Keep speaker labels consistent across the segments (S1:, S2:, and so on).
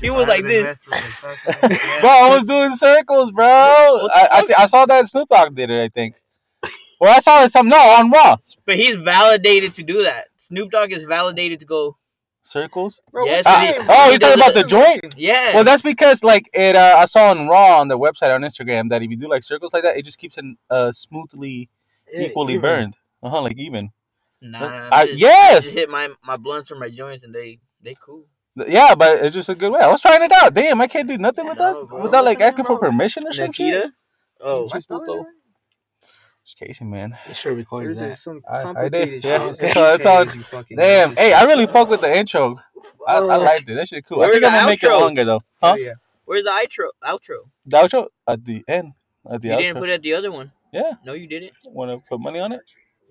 S1: She was like this.
S2: bro, I was doing circles, bro. I I, thi- I saw that Snoop Dogg did it. I think. Well, I saw it some no on Raw
S1: But he's validated to do that. Snoop Dogg is validated to go.
S2: circles.
S1: Yes,
S2: Ah,
S1: it is.
S2: oh,
S1: He
S2: you're
S1: does
S2: talking about
S1: it.
S2: the joint.
S1: Yeah.
S2: Well, that's because like it. Uh, I saw on Raw on the website on Instagram that if you do like circles like that, it just keeps it uh, smoothly, equally burned. Uh huh. Like even.
S1: nah.
S2: I-
S1: I just,
S2: yes!
S1: I just hit my my blunts or my joints, and they they cool.
S2: Th- Yeah, but it's just a good way. I was trying it out. Damn, I can't do nothing
S1: Yeah,
S2: with that
S1: no, bro.
S2: without like
S3: Look at
S2: asking for
S3: him, bro.
S2: permission or some shit.
S1: Nikita. Oh,
S2: Just puto. It's Casey, man.
S4: They should have recorded
S3: There's
S4: that.
S3: just some
S2: I- I did,
S3: complicated
S2: yeah.
S3: shit.
S2: It's all- it's all-
S3: You fucking
S2: Damn.
S3: racist.
S2: Hey, I really fuck with the intro. I, I liked it. That shit cool. I
S1: Where's
S2: think I'm gonna
S1: the
S2: make it
S1: outro?
S2: longer though.
S3: Oh,
S2: Huh?
S3: yeah.
S1: where's the outro? Outro.
S2: The outro at the end. At the
S1: you
S2: outro.
S1: didn't put it at the other one.
S2: yeah.
S1: No, you didn't,
S2: Wanna put money on it?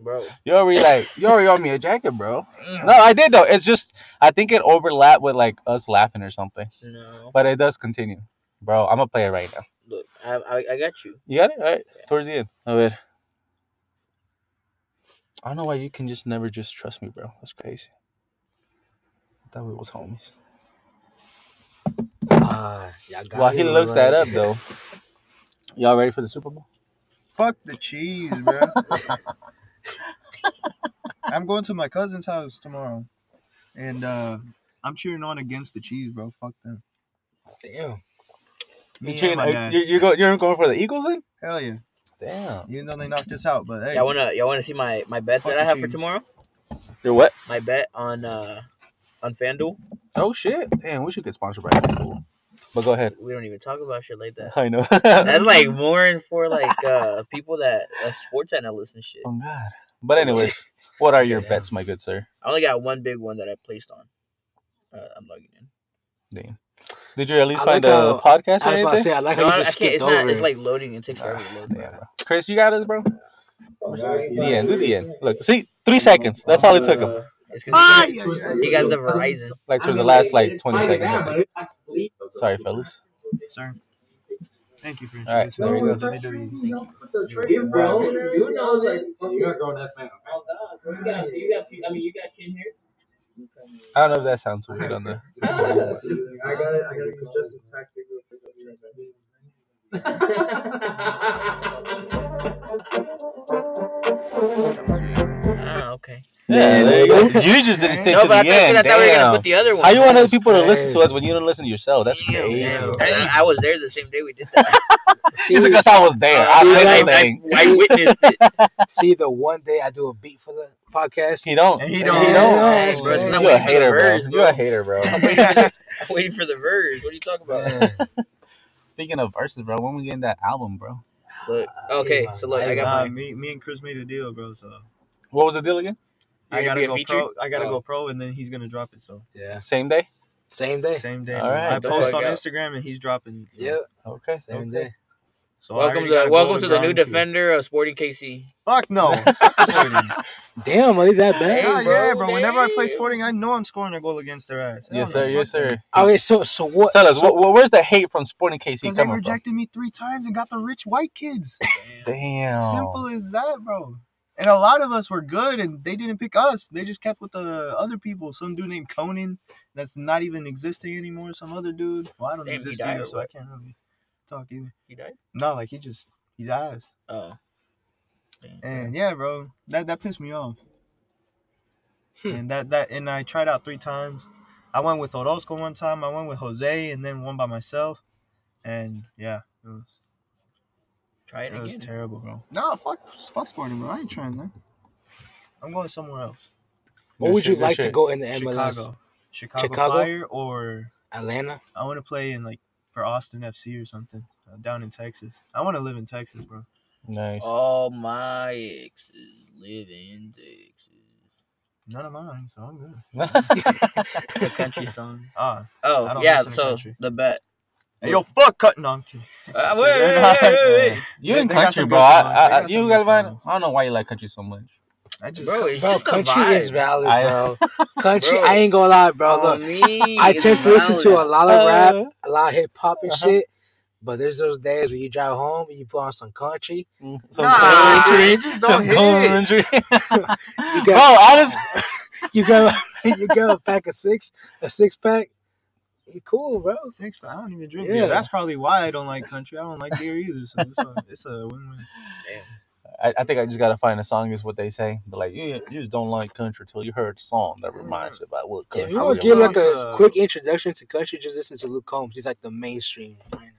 S1: bro.
S2: You already like you already owe me a jacket, bro. No, I did though. It's just I think it overlapped with like us laughing or something.
S1: No.
S2: But it does continue. Bro, I'm gonna play it right now.
S1: Look, I I, I got you.
S2: You got it? Alright. Towards the end. A ver. I don't know why you can just never just trust me, bro. That's crazy. I thought we was homies.
S4: Ah, y'all got
S2: While
S4: me
S2: he
S4: with
S2: looks
S4: one.
S2: that up though. Y'all ready for the Super Bowl?
S3: Fuck the cheese, bro. I'm going to my cousin's house tomorrow, and uh, I'm cheering on against the cheese, bro. Fuck them.
S4: Damn.
S3: Me
S2: you
S3: and my dad.
S2: are uh, you're, go, you're going for the Eagles then?
S3: Hell yeah.
S2: Damn.
S3: Even though they knocked us out, but hey,
S1: Y'all wanna y'all wanna see my my bet that I
S3: Fucking
S1: have for
S3: cheese.
S1: tomorrow?
S2: You're what?
S1: My bet on uh on FanDuel.
S2: Oh shit. Damn, we should get sponsored by Apple. But go ahead.
S1: We don't even talk about shit like that.
S2: I know.
S1: That's like more and for like uh people that like sports analysts and shit.
S2: Oh God. But anyways, what are your bets, my good sir?
S1: I only got one big one that I placed on. Uh, I'm logging in.
S2: Damn. Did you at least
S4: I
S2: find
S4: like
S2: a
S4: how-
S2: podcast or
S4: I was about to say,
S2: anything?
S4: I like
S1: No,
S4: how
S1: I
S4: you just
S1: can't. It's
S4: skipped
S1: not.
S4: over.
S1: It's
S4: it.
S1: like loading. It takes forever to load.
S2: Damn, bro. Chris, you got us, bro. The end. Do the end. Look, see, three seconds. That's all it took him.
S1: Uh, It's
S3: Ah,
S1: because
S3: yeah, yeah,
S1: he got the Verizon.
S2: Like towards the last like twenty seconds. I think. Sorry, fellas.
S3: yeah. Sorry. Thank you for
S2: All right,
S3: introducing
S2: there
S3: me.
S2: you go.
S3: Let me do you.
S1: You know that.
S5: You're a grown ass man.
S1: You got, you got, I mean, you got Kim here.
S2: I don't know if that sounds weird on the.
S5: I got it. I got it. It's just as tactic.
S1: Ah, okay.
S2: Yeah, there you go. You just didn't stick
S3: Take
S1: No,
S2: to
S1: but I, thought- 'cause
S2: the
S1: I thought
S2: end.
S1: we were gonna
S2: Damn.
S1: put the other one.
S2: How you want other
S4: That's
S2: people to listen to
S4: crazy.
S2: us when you don't listen to yourself? That's crazy.
S1: Yeah, I, I was there the same day we did that.
S4: See,
S2: It's because I was there. I
S1: I-
S2: did
S1: I-
S2: everything.
S1: I witnessed it.
S4: see, the one day I do a beat for the podcast,
S2: He don't.
S3: And he
S2: He
S3: don't.
S2: don't.
S1: Bro, it's
S2: You
S1: when I'm waiting
S2: a
S1: for the
S2: hater,
S1: verse,
S2: bro. You a hater, bro.
S1: I'm waiting for the verse. What are you talking about?
S4: man,
S2: Speaking of verses, bro, when we getting that album, bro?
S1: Look, okay, so look, I got
S3: Nah,
S1: mine.
S3: me, me and Chris made a deal, bro. So
S2: What was the deal again?
S3: I
S1: gonna be
S3: gotta
S1: a
S3: go
S1: feature?
S3: pro. I gotta
S4: Oh.
S3: go pro, and then he's gonna drop it. So
S4: yeah,
S2: Same day.
S4: same day.
S3: same day.
S2: All
S3: bro.
S2: right.
S3: I
S2: The
S3: post
S1: fuck
S3: on
S1: out.
S3: Instagram, and he's dropping. it, so-
S4: Yep,
S2: Okay.
S4: same
S2: okay.
S4: day.
S3: So I
S1: Welcome
S3: already
S1: to
S3: got
S1: the,
S3: a
S1: welcome
S3: golden
S1: to the new
S3: ground, too.
S1: defender of Sporting KC.
S3: Fuck no.
S4: Damn, are they that
S1: Hey,
S4: bad?
S3: Hell yeah, bro.
S1: bro,
S3: Whenever I play
S1: damn.
S3: Sporting, I know I'm scoring a goal against their ass. Hell
S2: Yes,
S3: no,
S2: sir. Yes,
S3: fuck them.
S2: sir.
S4: Okay, so so what?
S2: Tell us,
S4: so,
S2: wh- wh- where's the hate from Sporting KC
S3: Because they
S2: coming from?
S3: rejected me three times and got the rich white kids.
S2: Damn.
S3: Simple
S1: Oh.
S3: as that, bro. And a lot of us were good, and they didn't pick us. They just kept with the other people. Some dude named Conan that's not even existing anymore. Some other dude. Well, I don't
S1: Damn, he
S3: exist
S1: died
S3: either,
S1: or
S3: so I
S1: what?
S3: can't really talk either.
S1: He died?
S3: No, like he just he's ass.
S1: Oh.
S3: And yeah, bro, that that pissed me off.
S4: Hmm.
S3: And that that and I tried out three times. I went with Orozco one time. I went with Jose, and then one by myself. And yeah, it was,
S1: Try it
S3: it was
S1: again.
S3: terrible, bro. No, fuck, fuck Sporting, bro. I ain't trying that. I'm going somewhere else.
S4: what would you
S2: Good
S4: like
S2: shit.
S4: to go in the MLS?
S3: Chicago, Chicago,
S4: Chicago?
S3: Fire, or
S4: Atlanta.
S3: I want to play in like for Austin FC or something uh, down in Texas. I want to live in Texas, bro.
S2: Nice.
S1: All my exes live in Texas.
S3: None of mine, so I'm good.
S1: The country song.
S3: Ah, I
S1: Oh,
S3: don't
S1: yeah,
S3: listen to
S1: so
S3: country.
S1: the bet.
S3: hey, yo, fuck cutting. No, I'm kidding.
S1: Uh, wait, wait, wait, wait, wait.
S2: you
S3: They-
S2: in
S3: they got
S2: country,
S3: some
S2: bro.
S3: good
S2: I,
S3: songs.
S2: I,
S3: They
S2: I,
S3: got
S2: you
S3: some
S2: gotta
S3: good
S2: find.
S3: songs.
S2: I don't know why you like country so much.
S3: I just
S1: Bro, it's
S4: Bro,
S1: just a
S4: country
S1: vibe.
S4: is valid,
S2: I-
S4: bro. country,
S1: Bro.
S4: I ain't gonna lie, bro.
S1: On
S4: Look,
S1: me,
S4: I
S1: it's
S4: tend to listen to a
S1: valid.
S4: lot of rap,
S2: Uh,
S4: a lot of hip hop and
S2: Uh-huh.
S4: shit. But there's those days when you drive home and you put on some country.
S2: mm, some
S3: Nah,
S2: country,
S3: it just
S2: some
S3: don't
S2: country.
S4: You
S2: bro,
S4: got,
S2: honestly,
S4: you got, you got a pack of six, a six pack. You cool, bro.
S3: Six, I don't even drink
S4: Yeah.
S3: beer. That's probably why I don't like country. I don't like beer either. So it's a, it's a win-win.
S2: I, I think I just gotta find a song. Is what they say. They're like, you, you just don't like country till you heard a song that reminds you about what
S4: If
S2: country.
S4: you
S3: I
S4: want
S3: would
S4: to give
S2: really
S4: like
S2: is.
S4: a
S3: to-
S4: quick introduction to country, just listen to Luke Combs. He's like the mainstream right now.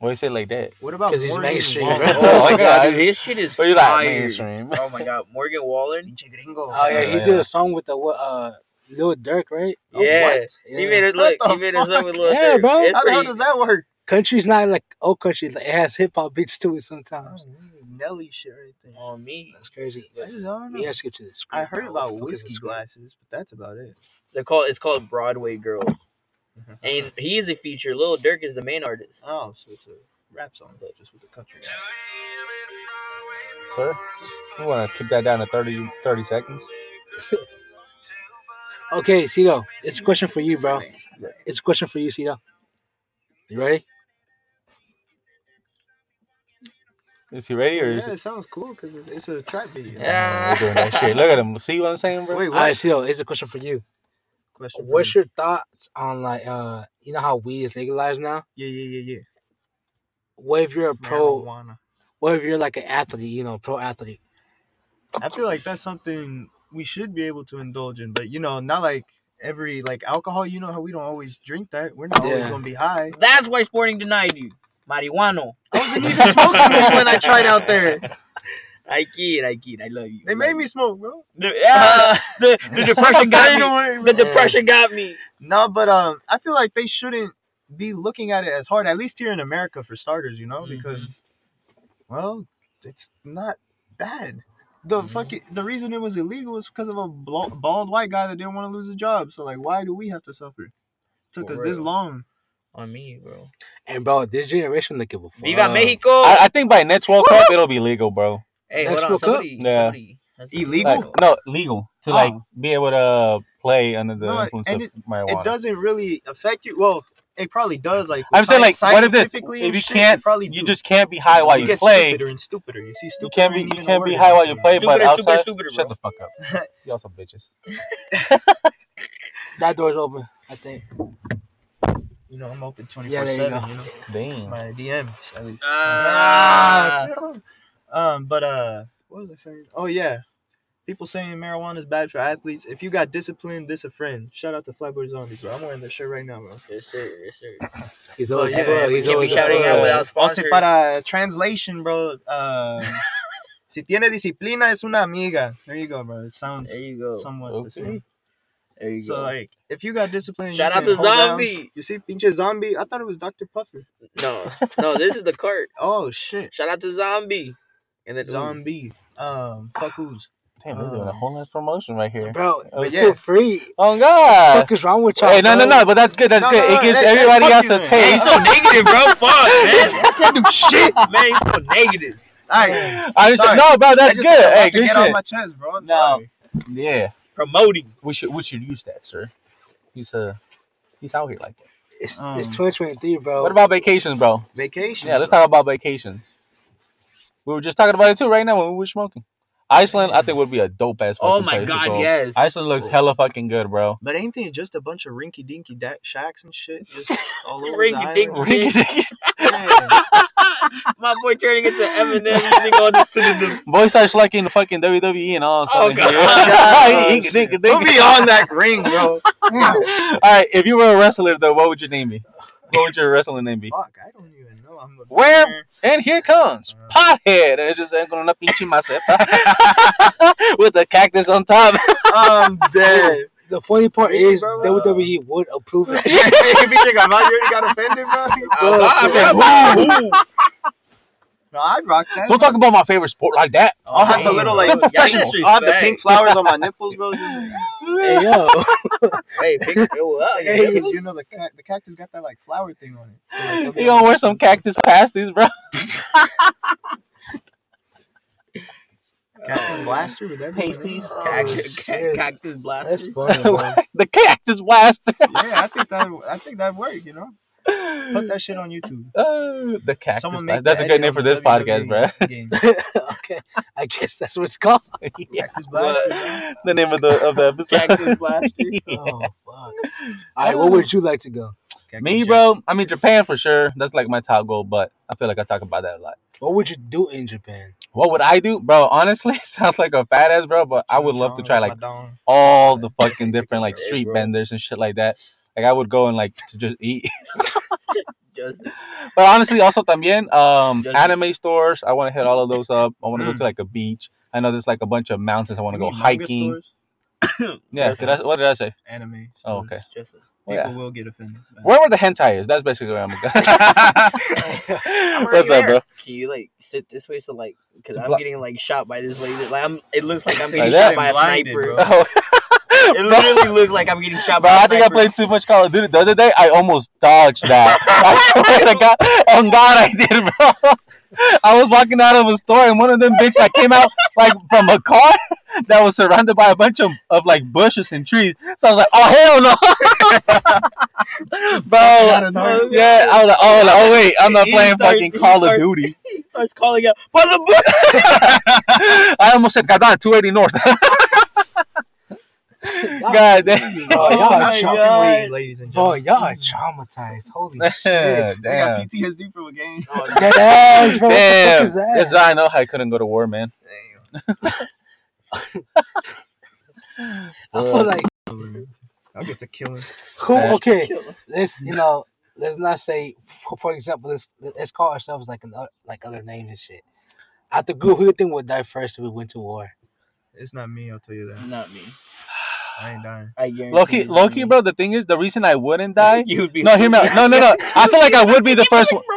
S2: Why you say it like that?
S3: What about
S4: 'Cause he's
S3: Morgan
S4: mainstream,
S3: Wallen?
S4: bro.
S1: Oh my god, dude, his shit is
S2: But you're like
S1: fire.
S2: mainstream.
S1: oh my god, Morgan Waller.
S3: Pinche gringo.
S4: Oh yeah, he
S2: yeah.
S4: did a song with the what uh Lil Durk, right?
S3: Oh,
S1: Yeah.
S3: what?
S1: He made it
S3: What
S1: look.
S3: the
S1: He made his
S3: fuck?
S1: up with little
S4: Yeah,
S1: Durk.
S4: bro.
S1: It's
S3: How the hell
S1: pretty-
S3: does that work?
S4: Country's not like old country. Like, it has hip hop beats to it sometimes.
S3: Oh. Nelly shit right there.
S1: on me.
S4: That's crazy.
S3: I just don't know.
S4: You gotta skip to the script.
S3: I heard
S4: bro. What the
S3: about
S4: fuck is the
S3: whiskey
S4: script?
S3: glasses, but that's about it.
S1: They call it's called Broadway Girls, and he is a feature. Lil Durk is the main artist.
S3: Oh, so it's a rap song, but just with the country.
S2: Sir, you want to keep that down to 30, 30 seconds?
S4: Okay, Cito, it's a question for you, bro. It's a question for you, Cito. You ready?
S2: Is he ready or is
S3: Yeah, it sounds cool because it's, it's a trap video.
S1: Yeah.
S2: Oh, we're doing that shit? Look at him. See what I'm saying, bro?
S3: Wait,
S4: All
S3: what?
S4: right, Cito, it's a question for you.
S3: Question. for
S4: What's
S3: me.
S4: your thoughts on like uh you know how weed is legalized now?
S3: Yeah, yeah, yeah, yeah.
S4: What if you're a pro?
S3: Marijuana.
S4: What if you're like an athlete? You know, pro athlete.
S3: I feel like that's something we should be able to indulge in, but you know, not like every like alcohol. You know how we don't always drink that. We're not always
S4: Yeah.
S3: gonna be high.
S1: That's why Sporting denied you. Marihuano.
S3: I wasn't even smoking it when I tried out there.
S1: I kid, I kid. I love you.
S3: They made me smoke, bro.
S1: The, ah, the, the depression
S3: Ain't no
S1: got me.
S3: way,
S1: The
S3: bro.
S1: depression got me.
S3: No, but um, I feel like they shouldn't be looking at it as hard, at least here in America, for starters. You know,
S2: Mm-hmm.
S1: Mhm.
S3: because well, it's not bad. The
S2: Mm-hmm.
S3: fucking the reason it was illegal was because of a blo- bald white guy that didn't want to lose a job. So like, why do we have to suffer? Took
S1: For
S3: us this
S1: real.
S3: long.
S1: On me, bro.
S4: And bro, this generation don't give a fuck.
S1: Viva Mexico.
S2: I, I think by next World Cup, it'll be legal, bro.
S1: hey, hold
S4: Next
S1: on.
S4: World Cup?
S1: Somebody,
S2: Yeah.
S1: somebody. That's-
S3: Illegal?
S2: Like, no, legal. To,
S3: Oh.
S2: like, be able to play under the
S3: No,
S2: influence of
S3: and
S2: marijuana.
S3: It doesn't really affect you. Well, it probably does. Like
S2: I'm saying, like,
S3: sci-
S2: what if this?
S3: scientifically
S2: If
S3: and
S2: you
S3: shit,
S2: can't,
S3: it probably
S2: you
S3: do.
S2: just can't be high while you
S3: get
S2: play.
S3: stupider and stupider. You see,
S2: You
S3: stupider.
S2: can't be,
S3: ain't
S2: you
S3: even a
S2: can't be
S3: word
S2: high
S3: in
S2: while you
S3: this
S2: play,
S3: movie.
S2: but
S1: Stupider, stupider,
S2: outside,
S1: stupider,
S2: shut
S1: bro.
S2: the fuck up. Y'all some bitches.
S4: That door's open. I think.
S3: You know, I'm open twenty
S4: Yeah,
S3: four
S4: there you
S3: seven.
S4: go.
S3: You know.
S2: Damn.
S3: my DM. At
S1: Uh,
S3: least.
S1: Ah.
S3: Um, but uh, what was I saying? Oh yeah, people saying marijuana is bad for athletes. If you got discipline, this a friend. Shout out to Flatbush Zombies, bro. I'm wearing this shirt right now, bro.
S1: Yes, sir. Yes, sir.
S4: He's always.
S3: yeah,
S4: bro,
S3: yeah, we
S4: he's
S1: Oh, Can't be
S4: always.
S1: shouting
S2: uh,
S1: out without
S3: Also,
S1: sponsors.
S3: para translation, bro. Uh, si tiene disciplina es una amiga. There you go, bro. It sounds
S1: There you go.
S3: somewhat
S2: Okay.
S3: the same.
S1: There you
S3: So
S1: go.
S3: like, if you got discipline, you
S1: Shout out
S3: can
S1: to
S3: hold down-
S1: Zombie.
S3: You see, pinche zombie. I thought it was Dr. Puffer.
S1: No, no, this is the cart.
S3: Oh shit,
S1: Shout out to Zombie. And then
S3: zombie. Um, fuck who's.
S2: Damn, they're doing a whole ass promotion right here.
S4: Bro,
S3: But yeah.
S4: feel free.
S2: Oh,
S4: What the
S2: God.
S4: fuck is wrong with y'all?
S2: Hey, no, no,
S4: bro?
S2: no, but that's good. That's
S3: No,
S2: good.
S3: no,
S2: it
S3: no,
S2: gives
S3: hey, hey,
S2: everybody
S3: fuck
S2: else
S3: you
S2: a
S3: then.
S1: Hey,
S2: taste.
S1: he's so negative, bro. Fuck, man.
S3: Can't do shit.
S1: Man, he's so negative.
S3: All right.
S2: I just
S3: Sorry.
S2: no, bro.
S3: I
S2: That's
S3: just
S2: good.
S3: had a lot
S2: Hey,
S3: to
S2: good
S3: get off
S2: shit.
S3: my chest, bro. I'm
S2: No.
S3: sorry.
S2: yeah,
S1: Promoting.
S2: we should we should use that, sir. He's uh, he's out here like that.
S4: It's,
S3: Um,
S4: it's 2023, bro.
S2: What about vacations, bro?
S3: Vacation.
S2: Yeah, let's talk about vacations. We were just talking about it too right now when we were smoking. Iceland, I think would be a dope ass.
S1: Oh my god, yes.
S2: Iceland looks hella fucking good, bro.
S3: But ain't they just a bunch of rinky dinky da- shacks and shit? Just all over the
S1: Rinky-dink.
S3: island?
S2: Boy
S3: Yeah.
S1: My boy turning into Eminem using all the synonyms.
S2: starts liking the fucking WWE and all.
S1: Oh,
S2: sorry.
S1: God.
S2: He- he- he- he-
S3: Put me on that ring, bro.
S2: All right, if you were a wrestler though, what would your name be? What would your wrestling name be?
S3: Fuck, I don't even know. I'm a
S2: Where-
S3: beginner.
S2: And here comes Pothead, and it's just I'm gonna pinch myself with a cactus on top.
S3: I'm dead.
S4: the funny part
S3: Really,
S4: is
S3: bro?
S4: WWE would approve
S3: Yeah,
S4: it.
S3: if you think I'm out, you already got offended,
S2: Uh,
S3: bro.
S1: Oh, God,
S3: said,
S1: bro. Ooh.
S3: No, I'd rock that.
S2: Don't talk about my favorite sport like that.
S3: I'll have the
S1: Damn,
S3: little
S1: bro.
S3: like
S2: They're professionals.
S1: Y'all
S3: I'll have the pink
S1: disrespect.
S3: flowers on my nipples, bro. Just,
S4: hey, yo.
S1: Hey, pick it up.
S3: Hey, you know the cac- the cactus got that like flower thing on it. So, like,
S2: You gonna wear some cactus pasties, bro?
S3: cactus blaster with that be-
S2: Pasties.
S3: Oh,
S1: Cactus,
S4: shit.
S1: cactus blaster.
S4: That's funny, bro.
S2: the cactus blaster.
S3: yeah, I think that I think that'd work. You know, Put that shit on YouTube.
S2: Uh, the cactus.
S3: Someone
S2: Patch.
S3: make
S2: That's
S3: the
S2: a good
S3: edit
S2: name
S3: on
S2: for
S3: the
S2: this podcast,
S3: WWE
S2: bruh.
S3: E game.
S4: okay, I guess that's what it's called.
S2: Yeah.
S3: Cactus Blaster, man.
S2: the name of the of the episode.
S1: Cactus blaster.
S4: Oh fuck! All right, where would you like to go?
S3: Cactus
S2: Me,
S3: Jack.
S2: bro. I mean, Japan for sure. That's like my top goal, but I feel like I talk about that a lot.
S4: What would you do in Japan?
S2: What would I do, bro? Honestly, sounds like a fat ass, bro. But I would love to
S3: John
S2: try like
S3: Madonna.
S2: all the fucking different like
S1: Hey,
S2: street
S1: bro.
S2: vendors and shit like that. Like I would go and like to just eat.
S1: Just
S2: But honestly, also también um
S1: Just-
S2: anime stores. I want to hit all of those up. I want to go
S3: Mm.
S2: to like a beach. I know there's like a bunch of mountains. I want to
S3: You
S2: go
S3: mean manga
S2: hiking.
S3: stores?
S2: Yeah.
S1: Yes.
S2: Did I, what did I say?
S3: Anime. Stores.
S2: Oh, okay.
S1: just
S2: Well,
S3: People
S2: yeah.
S3: will get offended. by that.
S2: Wherever the hentai is, that's basically where I'm going. What's up, bro?
S1: Can you like sit this way so like because
S2: To
S1: I'm
S2: blo-
S1: getting like shot by this laser. Like I'm, it looks like I'm
S3: So
S1: getting
S2: you
S1: shot
S2: should've
S1: by a
S3: blinded,
S1: sniper.
S3: bro.
S2: Oh,
S1: It literally looks like I'm getting shot
S2: bro,
S1: by. a
S2: I think I
S1: sniper.
S2: played too much Call of Duty the other day. I almost dodged that. I swear to God, on God, I did, bro. I was walking out of a store and one of them bitches that came out like from a car that was surrounded by a bunch of, of like bushes and trees. So I was like, oh hell no,
S3: Out
S2: bro.
S3: of nowhere.
S2: Yeah, I was like, oh, like, oh wait, I'm not
S1: He
S2: playing
S1: starts-
S2: fucking
S1: he
S2: Call of
S1: starts-
S2: Duty.
S1: He starts calling out, by the bush.
S2: I almost said Goddamn 280 North. God damn.
S3: Y'all
S4: Oh, y'all
S3: are
S4: are
S3: shopping
S1: God.
S3: weed, ladies and
S4: Oh,
S3: gentlemen.
S4: y'all are traumatized. Holy shit!
S3: I got
S2: damn.
S3: PTSD from a game.
S4: Dead ass, bro. What the fuck
S2: Damn.
S4: is that?
S2: That's how I know how I couldn't go to war, man.
S4: I feel like
S3: I'll get to killing.
S4: who?
S2: That's
S4: Okay, let's you know, let's not say. For, for example, let's let's call ourselves like another like other names and shit. Out the group, who you think would die first if we went to war?
S3: It's not me, I'll tell you that.
S1: Not me.
S3: I ain't dying.
S1: I guarantee.
S2: Loki,
S1: it's not
S2: Loki,
S1: me.
S2: bro. The thing is, the reason I wouldn't die.
S1: You'd be
S2: No, hear me out. No, no, no. I feel like I would be the first one.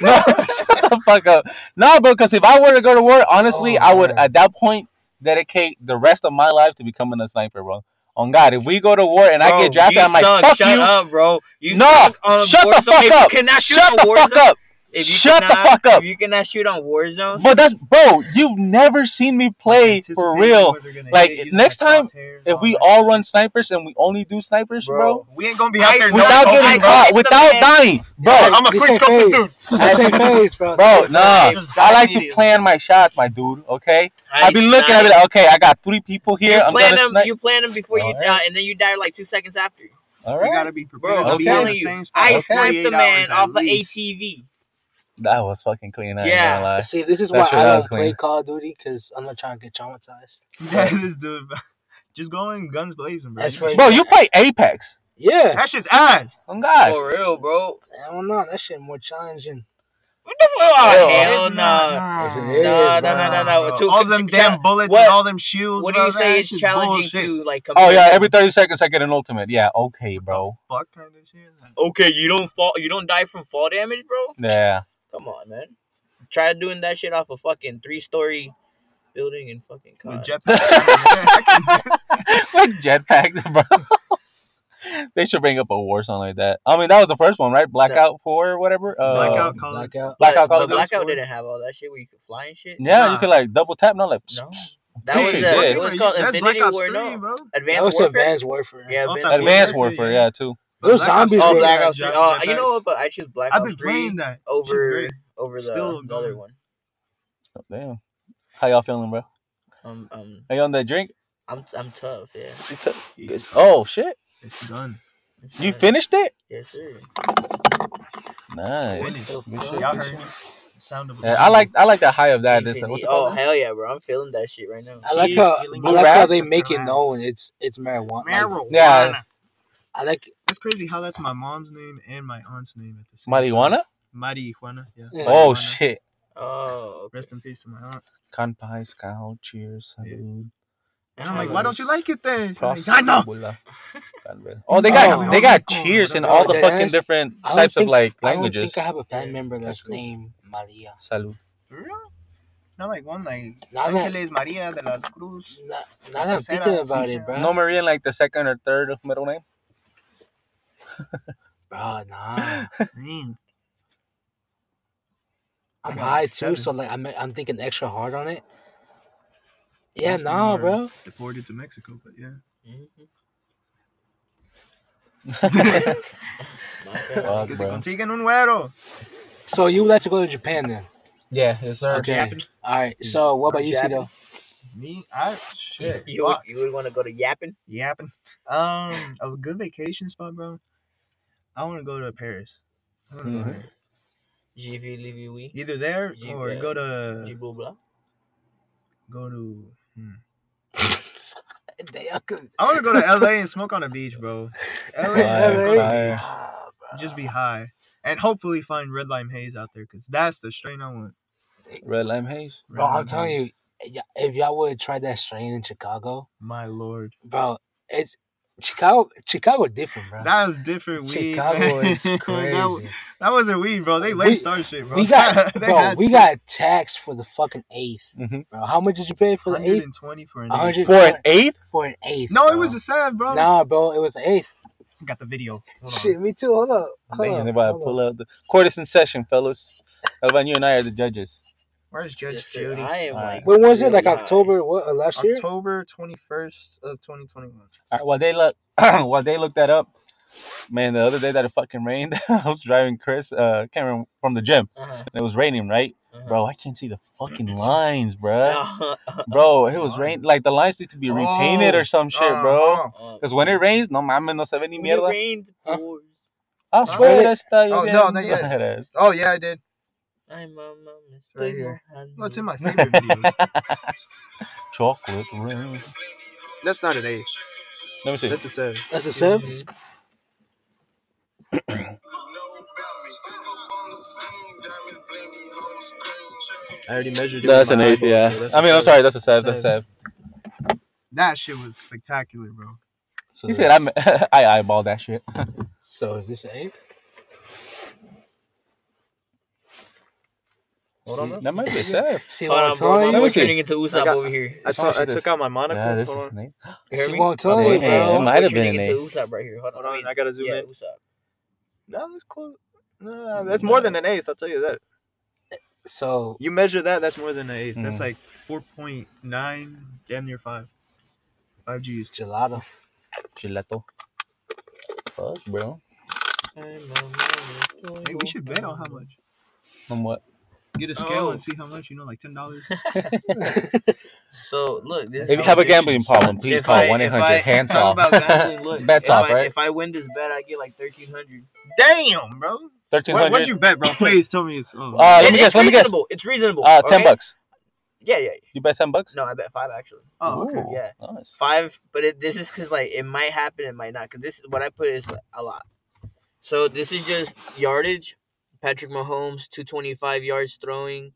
S2: No, shut the fuck up. No, bro. Because if I were to go to war, honestly,
S4: Oh,
S2: I would
S4: man.
S2: at that point dedicate the rest of my life to becoming a sniper, bro. On God, if we go to war and I
S1: Bro,
S2: get drafted,
S1: you
S2: I'm like,
S1: suck.
S2: fuck
S1: shut
S2: you.
S1: up, bro. You
S2: No,
S1: suck on
S2: shut the
S1: Warzone.
S2: fuck
S1: If
S2: up.
S1: You cannot shoot
S2: Shut
S1: on
S2: the
S1: Warzone,
S2: fuck up.
S1: If you
S2: Shut the
S1: cannot,
S2: fuck up.
S1: If you cannot shoot on Warzone,
S2: But that's bro. You've never seen me play for
S3: Anticipating
S2: real.
S3: where they're gonna
S2: Like,
S3: hit, using
S2: next
S3: the
S2: time,
S3: crosshairs,
S2: If we
S3: that
S2: all
S3: shit.
S2: run snipers and we only do snipers, bro,
S3: we ain't gonna be out
S1: I
S3: there
S1: saw-
S2: without
S1: I
S3: no-
S2: getting
S1: saw
S2: caught,
S1: it,
S2: without
S1: man.
S2: dying, bro.
S4: Yeah,
S3: I'm a
S4: this
S3: quick
S4: ain't
S3: scope this
S4: phase.
S3: dude.
S4: That's a phase, bro.
S2: Bro, nah.
S3: Just die
S2: I like to
S3: immediately.
S2: plan my shots, my dude. Okay,
S1: I
S2: I be looking. I be like, okay, I got three people here.
S1: you
S2: I'm
S1: plan
S2: gonna
S1: them.
S2: snipe.
S1: You plan them before you
S2: Alright.
S1: die, and then you die like two seconds after.
S2: All
S3: We
S2: right,
S3: gotta be prepared.
S1: Bro,
S3: to
S1: I'm
S3: be in
S1: telling
S3: the
S1: you,
S3: same spot
S1: I
S3: for
S1: sniped
S3: 48
S1: the man
S3: hours at
S1: off the
S3: least.
S1: ATV.
S2: that was fucking clean. I
S1: Yeah.
S2: yeah.
S4: See, this is why
S2: That's
S4: I
S2: what I was
S4: don't play
S2: cleaning.
S4: Call of Duty because I'm not trying to get traumatized.
S3: Yeah, this dude. Just going guns blazing, bro.
S4: That's right.
S2: Bro, you play Apex?
S4: Yeah,
S3: That shit's ass.
S2: Oh God.
S1: For real, bro.
S4: I don't know. That shit more challenging.
S1: What the fuck? Oh,
S2: Yeah.
S1: hell
S3: It's
S1: no.
S3: not-
S4: Yes, it
S3: nah.
S1: No,
S4: is, bro.
S1: no, no, no, no. Two-
S3: All them
S1: two-
S3: damn
S1: so-
S3: bullets
S1: what-
S3: and all them shields.
S1: What do
S3: bro,
S1: you say
S3: that
S1: is
S3: shit's
S1: challenging
S3: bullshit.
S1: to like?
S2: Oh yeah,
S1: compare-
S2: every thirty seconds I get an ultimate. Yeah, okay, bro.
S3: Fuck kind of shit.
S1: Okay, you don't fall. You don't die from fall damage, bro.
S2: Yeah,
S1: Come on, man. Try doing that shit off a fucking three story building and fucking
S3: With
S1: car.
S3: jetpacks.
S2: like jetpack, bro. they should bring up a war song like that. I mean, that was the first one, right? Blackout Four or whatever. Uh,
S4: Um,
S3: Blackout Call.
S4: Blackout.
S2: Blackout Call
S1: But
S2: of Duty.
S1: Blackout
S3: Duty.
S1: didn't have all that shit where you could fly and shit.
S2: Yeah,
S3: Nah.
S2: you could like double tap. No, like
S1: No.
S2: Yeah,
S1: That was
S2: you
S1: uh,
S2: did.
S1: it was called
S3: That's
S1: Infinity
S3: Black Ops
S1: War.
S3: 3,
S1: no,
S3: bro.
S4: That
S1: Advanced
S4: was
S1: Warfare.
S4: Advanced Warfare.
S1: Yeah,
S3: Oh,
S1: Advanced
S3: that-
S1: Warfare.
S2: Advanced
S3: Yeah.
S2: Warfare. Yeah, too.
S4: Those
S3: Black Ops
S4: zombies
S1: Oh,
S4: were-
S1: Black
S3: had
S1: Ops.
S3: jet-
S1: Oh, you
S3: jetpacks.
S1: know what? But I choose Black
S3: I've
S1: Ops
S3: been
S1: Three
S3: playing that. Shit's
S1: over
S3: great.
S1: over the,
S3: Still
S1: the other
S3: going.
S1: one.
S2: Oh, damn. How y'all feeling, bro?
S1: Um, um,
S2: Are you on that drink?
S1: I'm I'm tough. Yeah.
S3: It's,
S2: Oh shit!
S3: it's done.
S2: You finished it?
S1: Yes, sir.
S2: Nice.
S3: Finished.
S4: the fuck?
S3: Y'all heard me. Sound of
S2: Yeah, I like I like the high of that. This,
S1: GCD.
S2: what's it
S1: oh
S2: called?
S1: hell yeah, bro! I'm feeling that shit right now.
S4: I like
S3: Jeez,
S4: how
S3: feeling
S4: I like how
S2: grass.
S4: they make it known it's it's marijuana. Like,
S3: marijuana.
S2: Yeah.
S4: I like
S3: It's crazy how that's my mom's name and my aunt's name at the same
S2: Marijuana?
S3: Time. Marijuana. Yeah.
S4: Yeah.
S2: Oh
S3: Marijuana.
S2: shit!
S1: Oh, okay.
S3: Rest in peace to my aunt.
S2: Kanpai, scowl, cheers,
S3: Yeah.
S2: salute.
S3: And I'm like, why don't you like it then? She's like, I know.
S2: prostabula, ganbel. Oh, they got
S4: No.
S2: they got cheers in all the
S4: No,
S2: fucking
S4: that's-
S2: different
S4: oh, I don't
S2: types of
S4: think-
S2: like
S4: I don't
S2: languages.
S4: think I have a family member
S3: That's
S4: that's
S3: cool.
S4: named Maria.
S2: Salute.
S3: For real? Not like one like
S4: Nah, nah.
S3: Angeles Maria de la Cruz.
S4: Not, now that I'm
S3: Is that
S4: thinking
S3: a-
S4: about it, bro.
S2: No Maria in like the second or third of middle name.
S4: Bro, nah.
S3: Man.
S4: I'm
S3: got
S4: high
S3: like
S4: too,
S3: seven.
S4: so like I'm I'm thinking extra hard on it. Yeah,
S3: Most of them
S4: nah,
S3: are
S4: bro.
S3: Deported to
S1: Mm-hmm.
S3: Mexico, but yeah.
S2: Fuck,
S3: Que se
S2: bro.
S3: consigan un güero.
S4: So you would like to go to Japan then?
S2: Yeah, yes, sir.
S4: Okay. All right. So what about you,
S1: Japan.
S4: Cito?
S3: Me, I shit.
S1: You would,
S3: fuck,
S1: you would want to go to Yappin?
S3: yapping. Um, a good vacation spot, bro. I want to go to Paris. I wanna go
S2: Mhm.
S3: there.
S1: GV, leave you, we.
S3: Either there
S1: You
S3: or
S1: bet.
S3: go to
S1: blah, blah.
S3: go to.
S4: Damn, good.
S3: I want to go to LA and smoke on a beach, bro. LA, and
S2: Fire,
S3: smoke on a
S2: fire.
S4: Ah,
S3: beach. Just be high and hopefully find red lime haze out there, cause that's the strain I want.
S2: Red lime haze.
S3: Red
S4: bro, I'm
S3: Lime
S4: telling
S3: Haze.
S4: you, y- if y'all would have tried that strain in Chicago,
S3: my lord,
S4: bro, it's Chicago. Chicago different, bro.
S3: that was different weed.
S4: Chicago
S3: man.
S4: is
S3: That wa-
S4: crazy.
S3: That wasn't weed, bro. They late
S4: We-
S3: start shit, bro.
S4: we got,
S3: They
S4: bro,
S3: had
S4: we got taxed for the fucking eighth,
S2: Mhm.
S4: bro. How much did you pay for the eighth?
S3: 120 for an
S4: A
S3: eighth.
S4: hundred
S2: For an eighth?
S4: for an eighth.
S3: No, it
S4: bro.
S3: was a sad, bro.
S4: Nah, bro, it was an eighth.
S3: Got the video. Hold on.
S4: Shit, me too. Hold up, hold
S2: Damn,
S4: up,
S2: they about to
S4: hold
S2: pull up. The court is in session, fellas. Elvin, you and I are the judges.
S3: Where's Judge
S1: Yes, sir.
S3: Judy?
S1: I am
S2: All
S1: like.
S2: right.
S4: When was it?
S1: really
S4: Like
S1: high.
S4: October? What uh, last year?
S3: October 21st of 2021.
S2: All right, while they look, while they look that up, man, the other day that it fucking rained, I was driving Chris, uh, Cameron from the gym,
S1: Uh-huh,
S2: and it was raining, right,
S1: uh-huh.
S2: bro? I can't see the fucking lines, bro.
S1: Uh-huh.
S2: Bro, it was rain. Like the lines need to be repainted or some shit,
S3: Oh, Uh-huh.
S2: bro.
S1: Uh,
S2: Because when it rains, no mames, no se ve ni
S1: when it
S2: mierda.
S1: rains,
S4: Huh?
S1: pours.
S2: Ah,
S3: Huh?
S2: fuera está
S3: Oh,
S2: lloviendo.
S3: no, not yet. Oh, yeah, I did.
S1: I'm a mama.
S3: Right here. No, it's in my favorite video.
S2: Chocolate rain.
S3: That's not an eight.
S2: Let me see.
S3: That's a seven.
S4: That's the seventh.
S3: I already measured it.
S2: That's
S3: with
S2: an
S3: my
S2: eighth,
S3: eyeball,
S2: yeah.
S3: so that's
S2: I
S3: a
S2: mean, I'm
S3: seven.
S2: sorry, that's a seven. That's a
S3: Seven.
S2: seven.
S3: That shit was spectacular, bro.
S4: So
S2: He said I'm, I eyeballed that shit.
S4: So is this an eighth?
S3: Hold on,
S4: See-
S3: bro.
S2: That might be a seven.
S4: See
S1: Hold
S4: what I'm
S1: on, bro.
S4: telling
S2: Let
S1: Mama,
S2: me
S1: we're
S4: you?
S2: see.
S1: turning into Usopp
S3: got-
S1: over here.
S3: I,
S2: Oh,
S3: saw, I
S2: shit,
S3: took out my monocle.
S2: Yeah, this
S3: Hold
S2: is
S3: on.
S2: nice.
S1: hear
S4: See
S1: me?
S4: what I'm telling
S2: Yeah,
S4: you,
S2: it
S4: bro.
S2: might
S1: We're
S2: have been
S1: turning
S2: an
S1: into
S2: eight.
S1: Usopp right here. Hold on.
S3: Hold
S1: I
S3: on,
S1: mean,
S3: I gotta zoom
S1: yeah,
S3: in.
S1: Usopp.
S3: No, that's close. No, that's more than an eighth. I'll tell you that.
S4: So
S3: You measure that, that's more than an eighth. That's
S2: Mhm.
S3: like 4.9, damn near five. Five G's.
S4: gelato.
S2: Gelato. Fuck, bro.
S1: I'm a mama.
S3: Hey, we should bet on how much.
S2: I'm what?
S3: Get a scale
S1: Oh.
S3: and see how much. You know, like ten dollars.
S1: So look, this.
S2: If you have a gambling problem,
S1: If
S2: please
S1: I-
S2: call
S1: if
S2: 1
S1: I-
S2: 800 hands
S1: how
S2: off.
S1: about gambling? Look,
S2: Bets
S1: if
S2: off,
S1: I,
S2: right?
S1: If I win this bet, I get like thirteen hundred.
S3: Damn, bro. What,
S2: 1300
S3: what'd you bet, bro? Please tell me it's. Oh,
S2: Uh, let me
S1: It-
S2: guess,
S1: It's
S2: let me guess.
S1: reasonable. It's reasonable.
S2: uh, 10
S1: okay?
S2: bucks.
S1: Yeah, yeah.
S2: You bet 10 bucks?
S1: No, I bet five actually.
S3: oh, okay.
S2: Ooh,
S1: yeah.
S2: Nice.
S1: Five, but it, this is because like it might happen, it might not. Because this what I put is like, a lot. So this is just yardage. Patrick Mahomes, two twenty five yards throwing.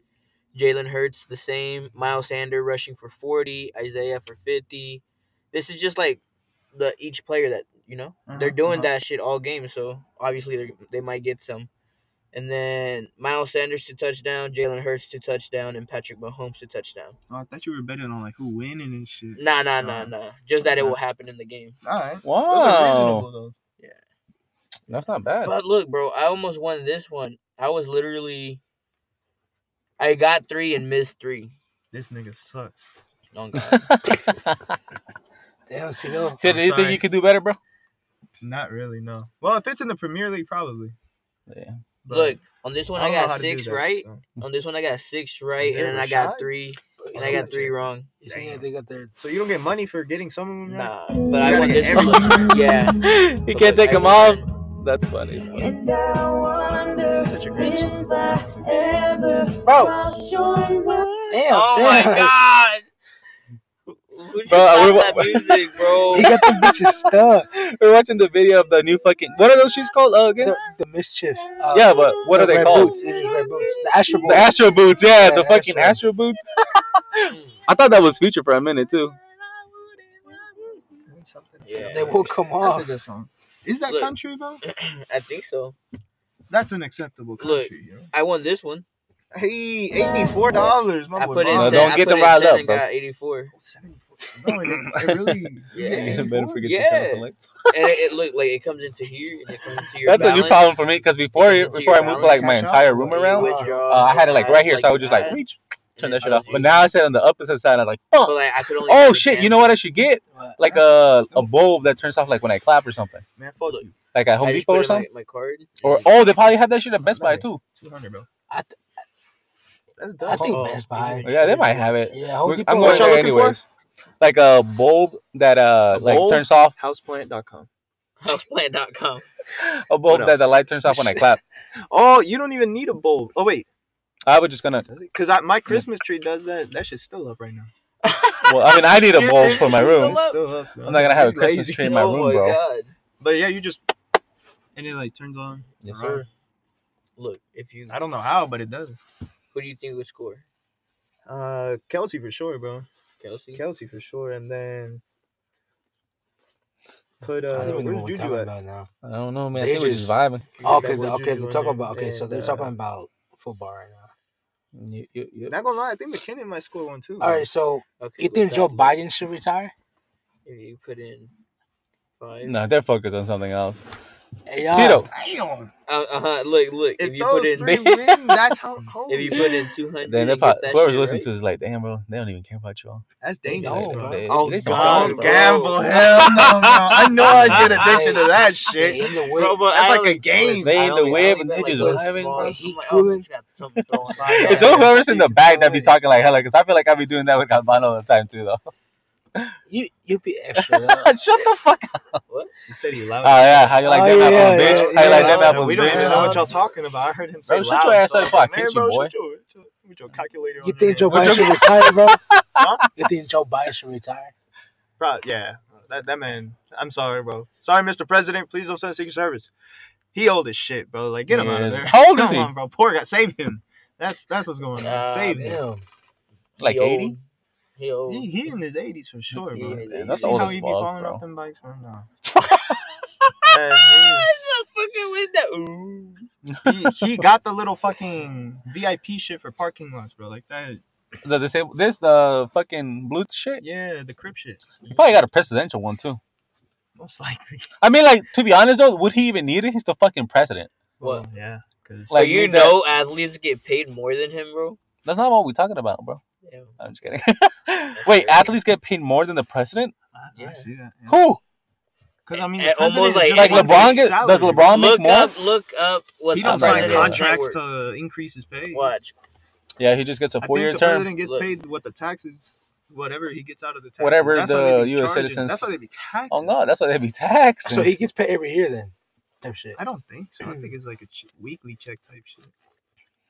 S1: Jalen Hurts the same. Miles Sander rushing for forty. Isaiah for fifty. This is just like the each player that you know they're
S3: Uh-huh,
S1: doing
S3: uh-huh.
S1: that shit all game. So obviously they they might get some. And then Miles Sanders to touchdown, Jalen Hurts to touchdown, and Patrick Mahomes to touchdown.
S3: Oh, I thought you were betting on like who winning and shit.
S1: Nah, nah, nah,
S3: Uh,
S1: nah. Just that it will happen in the game.
S3: All right. Those are
S2: Wow.
S3: reasonable though.
S2: That's not bad.
S1: But look, bro, I almost won this one. I was literally, I got three and missed three.
S3: This nigga sucks.
S1: Oh God,
S4: Damn, see though.
S2: Sid,
S3: I'm
S2: do you think
S3: sorry.
S2: you could do better, bro?
S3: Not really, no. Well, if it's in the Premier League, probably.
S2: Yeah.
S3: But
S1: look on this one, I,
S3: don't know how
S1: got
S3: to do
S1: six
S3: that,
S1: right.
S3: so.
S1: On this one, I got six right,
S3: there
S1: and then
S3: a
S1: I got
S3: shot?
S1: three,
S4: You
S1: and
S4: see,
S1: I got three wrong.
S4: you see
S3: Damn.
S4: they got their
S3: So you don't get money for getting some of them. right?
S1: Nah, but
S3: You
S1: I won
S3: gotta
S1: this
S3: get
S1: one. Look, yeah,
S2: you
S1: But look,
S2: can't take
S1: I
S2: them off.
S1: won.
S2: That's funny.
S6: And I wonder
S3: Such a great song.
S6: if I ever
S4: bro.
S6: cross your way.
S4: Damn,
S1: Oh my
S4: damn.
S1: God. Who just
S2: Bro, I
S1: stopped that
S2: would-
S1: music, bro?
S4: He got the bitches stuck.
S2: We're watching the video of the new fucking. What are those shoes called uh, again?
S4: The, the mischief. Uh,
S2: Yeah, but what
S4: the
S2: are they
S4: red
S2: called?
S4: Boots. It was red boots. The Astro
S2: The
S4: Boy.
S2: Astro boots, yeah,
S4: Yeah,
S2: the fucking
S4: Astro.
S2: Astro boots. I thought that was Future for a minute too.
S3: Something.
S1: Yeah.
S4: they won't come
S3: That's a
S4: off.
S3: good song. Is that
S1: Look.
S3: country, bro?
S1: I think so.
S3: That's an acceptable
S1: Look.
S3: country. You know?
S1: I won this one.
S3: Hey, eighty-four dollars.
S1: I put in
S2: Now,
S1: 10,
S2: don't
S1: I
S2: get
S1: put
S2: them
S1: in
S2: riled
S1: 10
S2: up,
S1: and
S2: bro.
S1: got 84.
S3: Bro, it, it really.
S1: Yeah.
S3: yeah,
S2: You better
S3: 84?
S2: forget
S1: Yeah.
S2: to turn off the lights.
S1: and it, it look like it comes into here and it comes into your
S2: That's a
S1: balance.
S2: new problem for me because before
S1: Because it's
S2: before I
S1: your
S2: moved
S1: balance.
S2: like my
S3: Cash out?
S2: entire room
S1: You
S2: around,
S1: withdraw,
S2: uh, I had it like
S1: that,
S2: right here, so I would just like
S1: that.
S2: reach, turn
S1: Yeah,
S2: that shit
S1: I
S2: off.
S1: was
S2: But
S1: using-
S2: now I said on the opposite side, I'm like,
S1: But
S2: fuck.
S1: like I could only.
S2: Oh
S1: do
S2: shit!
S1: ten.
S2: You know what I should get?
S4: What?
S2: Like uh, a a bulb that turns off like when I clap or something,
S3: Man, fuck you.
S2: like at Home
S1: I just put
S2: Depot or
S1: in my-
S2: something.
S1: My, card.
S2: Or oh, they probably had that shit at Best Buy too.
S3: 200, bro.
S4: I th-
S3: That's dumb.
S4: I think
S3: Oh.
S4: Best Buy.
S2: Yeah, they might have it.
S4: Yeah, Home
S2: We-
S4: Depot.
S2: I'm
S3: What
S2: going
S3: y'all
S2: there
S3: looking for?
S2: anyways. Like a bulb that uh
S3: A
S2: like
S3: bulb?
S2: turns off
S3: Houseplant.com.
S1: Houseplant.com.
S2: a bulb
S3: What
S2: that the light turns off when I clap.
S3: Oh, you don't even need a bulb. Oh, wait.
S2: I was just gonna.
S3: Because my Christmas tree does that. That shit's still up right now.
S2: Well, I mean, I need a bulb for my room.
S3: It's still up.
S2: I'm not gonna have a Christmas tree in my
S1: oh
S2: room,
S1: my
S2: bro.
S1: god.
S3: But yeah, you just. And it like turns on.
S2: Yes,
S3: Alright.
S1: Look, if you
S3: I don't know how, but it does.
S1: who do you think would score?
S3: Uh, Kelsey for sure, bro.
S1: Kelsey.
S3: Kelsey for sure, and then put
S4: I
S3: uh,
S4: don't even know
S3: where's
S4: what we're
S3: Juju
S4: talking
S3: at?
S4: about now.
S2: I don't know, man. I
S4: They
S2: think we're just
S4: just-
S2: vibing.
S4: Oh, okay,
S3: Juju
S4: the-
S3: on
S4: okay, they're
S3: there,
S4: talking about. Okay,
S3: and,
S4: so they're
S3: uh,
S4: talking about football right now.
S2: You, you, you.
S3: uh, Not gonna lie, I think McKinnon might score one
S2: Hmm.
S3: too.
S4: All right, so
S1: Okay,
S4: you
S1: with
S4: think
S1: that,
S4: Joe
S1: look,
S4: Biden should retire?
S1: If you put in five.
S2: No, they're focused on something else.
S4: Hey, y'all.
S2: Tito,
S3: Damn.
S1: Uh huh. Look, look. If,
S3: If,
S1: you
S3: those
S1: put in,
S3: three win, that's how. holy-
S1: if you put in two hundred,
S2: then they're probably, whoever's listening to this is like, damn, bro, they don't even care about you all.
S3: that's
S4: They
S3: dangerous,
S4: don't,
S3: bro.
S4: bro.
S2: They-
S1: Oh,
S2: they some
S1: God,
S2: hoes,
S3: Oh,
S1: bro.
S3: gamble, hell no, no. I know I get addicted to that
S4: Hey,
S3: shit.
S4: in the way,
S1: Bro, but
S3: That's
S1: I
S3: like a
S1: only-
S3: game.
S2: They
S1: I
S2: in the
S1: only- I
S2: web
S1: only
S2: and
S1: got,
S2: they
S1: like,
S2: just
S1: those
S2: vibing.
S1: small-
S4: Like, he
S1: I'm like, oh,
S4: cooling.
S1: crap, something thrown by
S2: It's
S1: that.
S2: all whoever's in the back that be talking like hella, because I feel like I be doing that with Galvano all the time too, though.
S4: you you be extra. though.
S2: Shut the fuck up.
S3: You said he
S2: Oh,
S3: loud.
S2: yeah. How you like
S4: Oh,
S2: that
S4: yeah,
S2: apple, bitch?
S4: yeah,
S2: How you like
S4: yeah.
S2: that apple,
S3: we don't even
S2: bitch?
S3: know what y'all talking about. I heard him say
S2: Bro, shut
S3: loud.
S2: your ass
S3: so
S2: up
S3: I was
S2: before I
S3: like,
S2: kick
S3: "Man,
S2: you,
S3: bro,
S2: boy."
S3: shut your- shut- With your calculator
S4: You
S3: on
S4: think Joe
S3: your hand."
S4: Biden should retire, bro? You think Joe Biden should retire?
S3: Bro, yeah, Uh, that, that man. I'm sorry, bro. Sorry, Mr. President. Please don't send Secret Service. He old as shit, bro. Like, get him
S2: Yeah,
S3: out of
S2: he
S3: there.
S2: is. How old is
S3: Come
S2: he?
S3: on, bro. Poor guy, save him. That's that's what's going on.
S1: Ah,
S3: save him.
S4: Damn.
S2: Like
S1: He old.
S2: 80?
S1: He old.
S3: He, he in his 80s for sure,
S1: He
S3: bro.
S1: in his
S3: You
S1: 80s. That's
S3: see
S2: old
S3: how
S2: as
S3: he be
S2: fuck,
S3: falling
S2: bro.
S3: off them bikes from now.
S1: Just fucking with that. Ooh.
S3: he, he got the little fucking VIP shit for parking lots, bro. Like that.
S2: The, the, same- this, the fucking blue shit?
S3: Yeah, the crib shit.
S2: You probably got a presidential one, too.
S3: Most likely.
S2: I mean, like, to be honest, though, would he even need it? He's the fucking president.
S1: What?
S3: Well, yeah. Cause
S1: Like
S2: Like,
S1: you
S2: nigga-
S1: know, athletes get paid more than him, bro.
S2: That's not what we're talking about, bro.
S1: Yeah.
S2: I'm just kidding. Wait,
S1: crazy.
S2: athletes get paid more than the president?
S3: I, I
S1: Yeah.
S3: see that.
S2: Who?
S3: Because I mean,
S1: And
S3: the president
S1: almost
S3: is
S1: like-
S3: just
S2: Like
S3: one
S2: LeBron?
S3: big
S2: Get, does
S3: salary.
S2: LeBron make
S1: Look
S2: more?
S1: up. Look up. What
S3: He don't
S2: I'm
S3: sign
S2: signing it.
S3: contracts to increase his pay.
S1: Watch.
S2: Yeah, he just gets a
S3: I
S2: four-year
S3: think the
S2: term.
S3: president gets
S1: Look.
S3: paid what the taxes, whatever he gets out of the taxes.
S2: Whatever
S3: That's how they
S2: the
S3: be
S2: US
S3: charging.
S2: citizens-
S3: That's how they be taxed.
S2: Oh no, that's why they be taxed.
S4: So he gets paid every year then. Type shit.
S3: I don't think so. I think it's like a ch- weekly check type shit.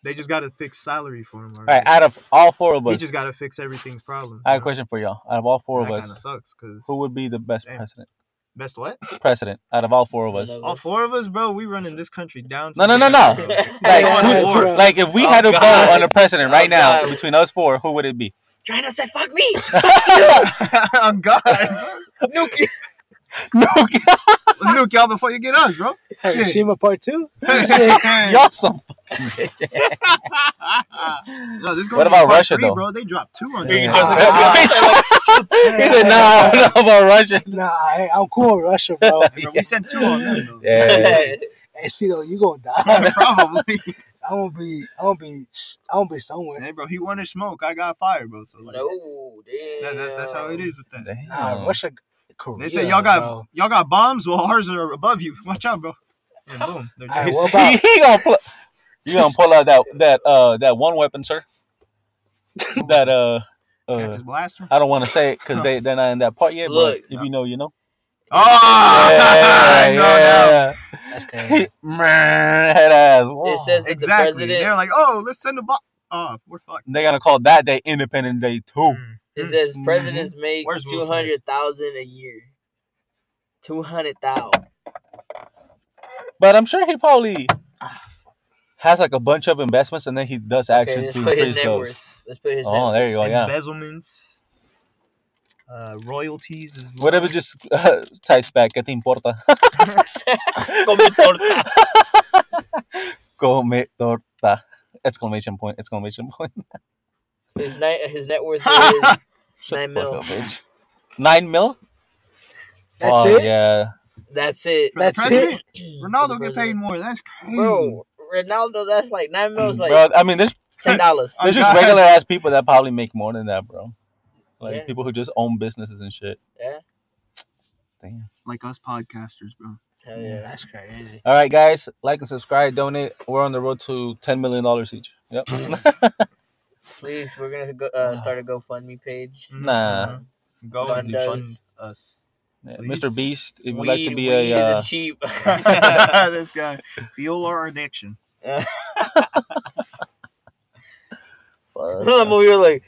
S3: They just got to fix salary for him.
S2: all right, out of all four of
S3: he
S2: us,
S3: just got to fix everything's problem.
S2: I have a question for y'all. Out of all four of
S3: that Kind
S2: us,
S3: of sucks. Cause
S2: who would be the best
S3: Damn.
S2: president?
S3: best what?
S2: President out of all four of us.
S1: Another-
S3: All four of us, bro. We running this country down. to
S2: No, no,
S3: the
S2: no, no.
S3: ground, bro.
S2: Like,
S4: Yeah,
S2: who-
S4: that's right.
S2: like if we
S1: Oh,
S2: had to
S1: God.
S2: vote on a president right
S1: Oh,
S2: now
S1: God.
S2: between us four, who would it be?
S1: China said, "Fuck me."
S3: oh God,
S1: Nuke. you.
S2: No,
S3: nuke y'all before you get us, bro.
S4: Hiroshima Part Two.
S2: y'all some.
S3: No,
S2: What
S3: this gonna be
S2: about
S3: part
S2: Russia,
S3: three,
S2: though?
S3: bro? They dropped two on
S1: Three
S3: you.
S1: dozen.
S2: he said, "No, I don't know about Russia."
S4: Nah, I, I'm cool with Russia, bro.
S3: Bro, we sent two on them. Though.
S2: Yeah.
S4: hey, Tito, you gonna die?
S3: probably.
S4: I'm gonna be. I'm gonna be. I'm gonna be somewhere.
S3: hey, bro, he wanted smoke. I got fired, bro. So like,
S1: no, damn.
S3: that, that's, that's how it is with that.
S2: Damn.
S4: Nah, Russia. Korea,
S3: They say y'all got
S4: Bro.
S3: y'all got bombs. Well, ours are above you. Watch out, bro. And boom, they're
S4: All right,
S3: dead.
S4: what about-
S2: he gonna pull. You gonna pull out that that uh that one weapon, sir? That uh.
S3: Can't
S2: uh
S3: just blast 'em.
S2: I don't want to say it because they they're not in that part yet.
S1: Look.
S2: but if you know, you know.
S3: Oh,
S2: Yeah,
S3: no, no.
S2: yeah.
S4: That's crazy.
S2: Meh, head ass.
S1: It says that the
S3: Exactly.
S1: president.
S3: They're like, oh, let's send a bomb. Oh, we're fucked.
S2: They're gonna call that day Independent Day too.
S3: Mm.
S1: It says
S2: Mhm.
S1: presidents make
S3: Where's Will
S1: two
S3: Smith?
S1: hundred thousand a year. Two hundred thousand.
S2: But I'm sure he probably has like a bunch of investments and then he does
S1: Okay,
S2: actions
S1: let's
S2: to
S1: put his
S2: increase
S1: net
S2: those.
S1: worth. Let's put his net
S2: Oh,
S1: worth.
S2: there you go. Yeah.
S3: Embezzlements, uh, royalties. As well.
S2: Whatever just uh, types back. Que te importa?
S1: Come torta.
S2: Come torta! Exclamation point! Exclamation point!
S1: His net his net worth is
S2: Shut
S1: Nine
S2: the fuck
S1: mil.
S2: up, bitch. Nine mil?
S4: That's
S2: oh,
S4: it.
S2: Yeah.
S1: that's it.
S3: For the
S4: That's it.
S3: president,
S1: For the
S3: Ronaldo get paid
S1: president.
S3: more. That's crazy.
S1: Bro, Ronaldo, that's like nine mils. Like
S2: Bro, I mean, there's
S1: ten dollars.
S2: There's just
S3: God.
S2: regular ass people that probably make more than that, bro. Like
S1: Yeah.
S2: people who just own businesses and shit.
S1: Yeah.
S2: Damn.
S3: like us podcasters, bro.
S1: Hell
S4: Yeah,
S1: yeah.
S4: that's crazy.
S2: All right, guys, like and subscribe, donate. We're on the road to ten million dollars each. Yep.
S1: Please, we're gonna go, uh, start a GoFundMe page.
S2: nah.
S3: Mm-hmm. Go
S1: Fund
S3: and fund
S1: us.
S3: us.
S2: Yeah,
S3: Please.
S2: Mr. Beast, if you'd
S1: weed,
S2: like to be
S1: weed
S2: a, uh,
S1: is a cheap.
S3: this guy. Fuel our addiction.
S1: I'm over here like,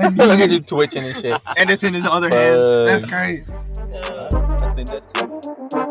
S2: uh, look at you twitching and shit.
S3: And it's in his other
S2: Fuck.
S3: hand. That's crazy.
S1: uh,
S2: I think that's cool.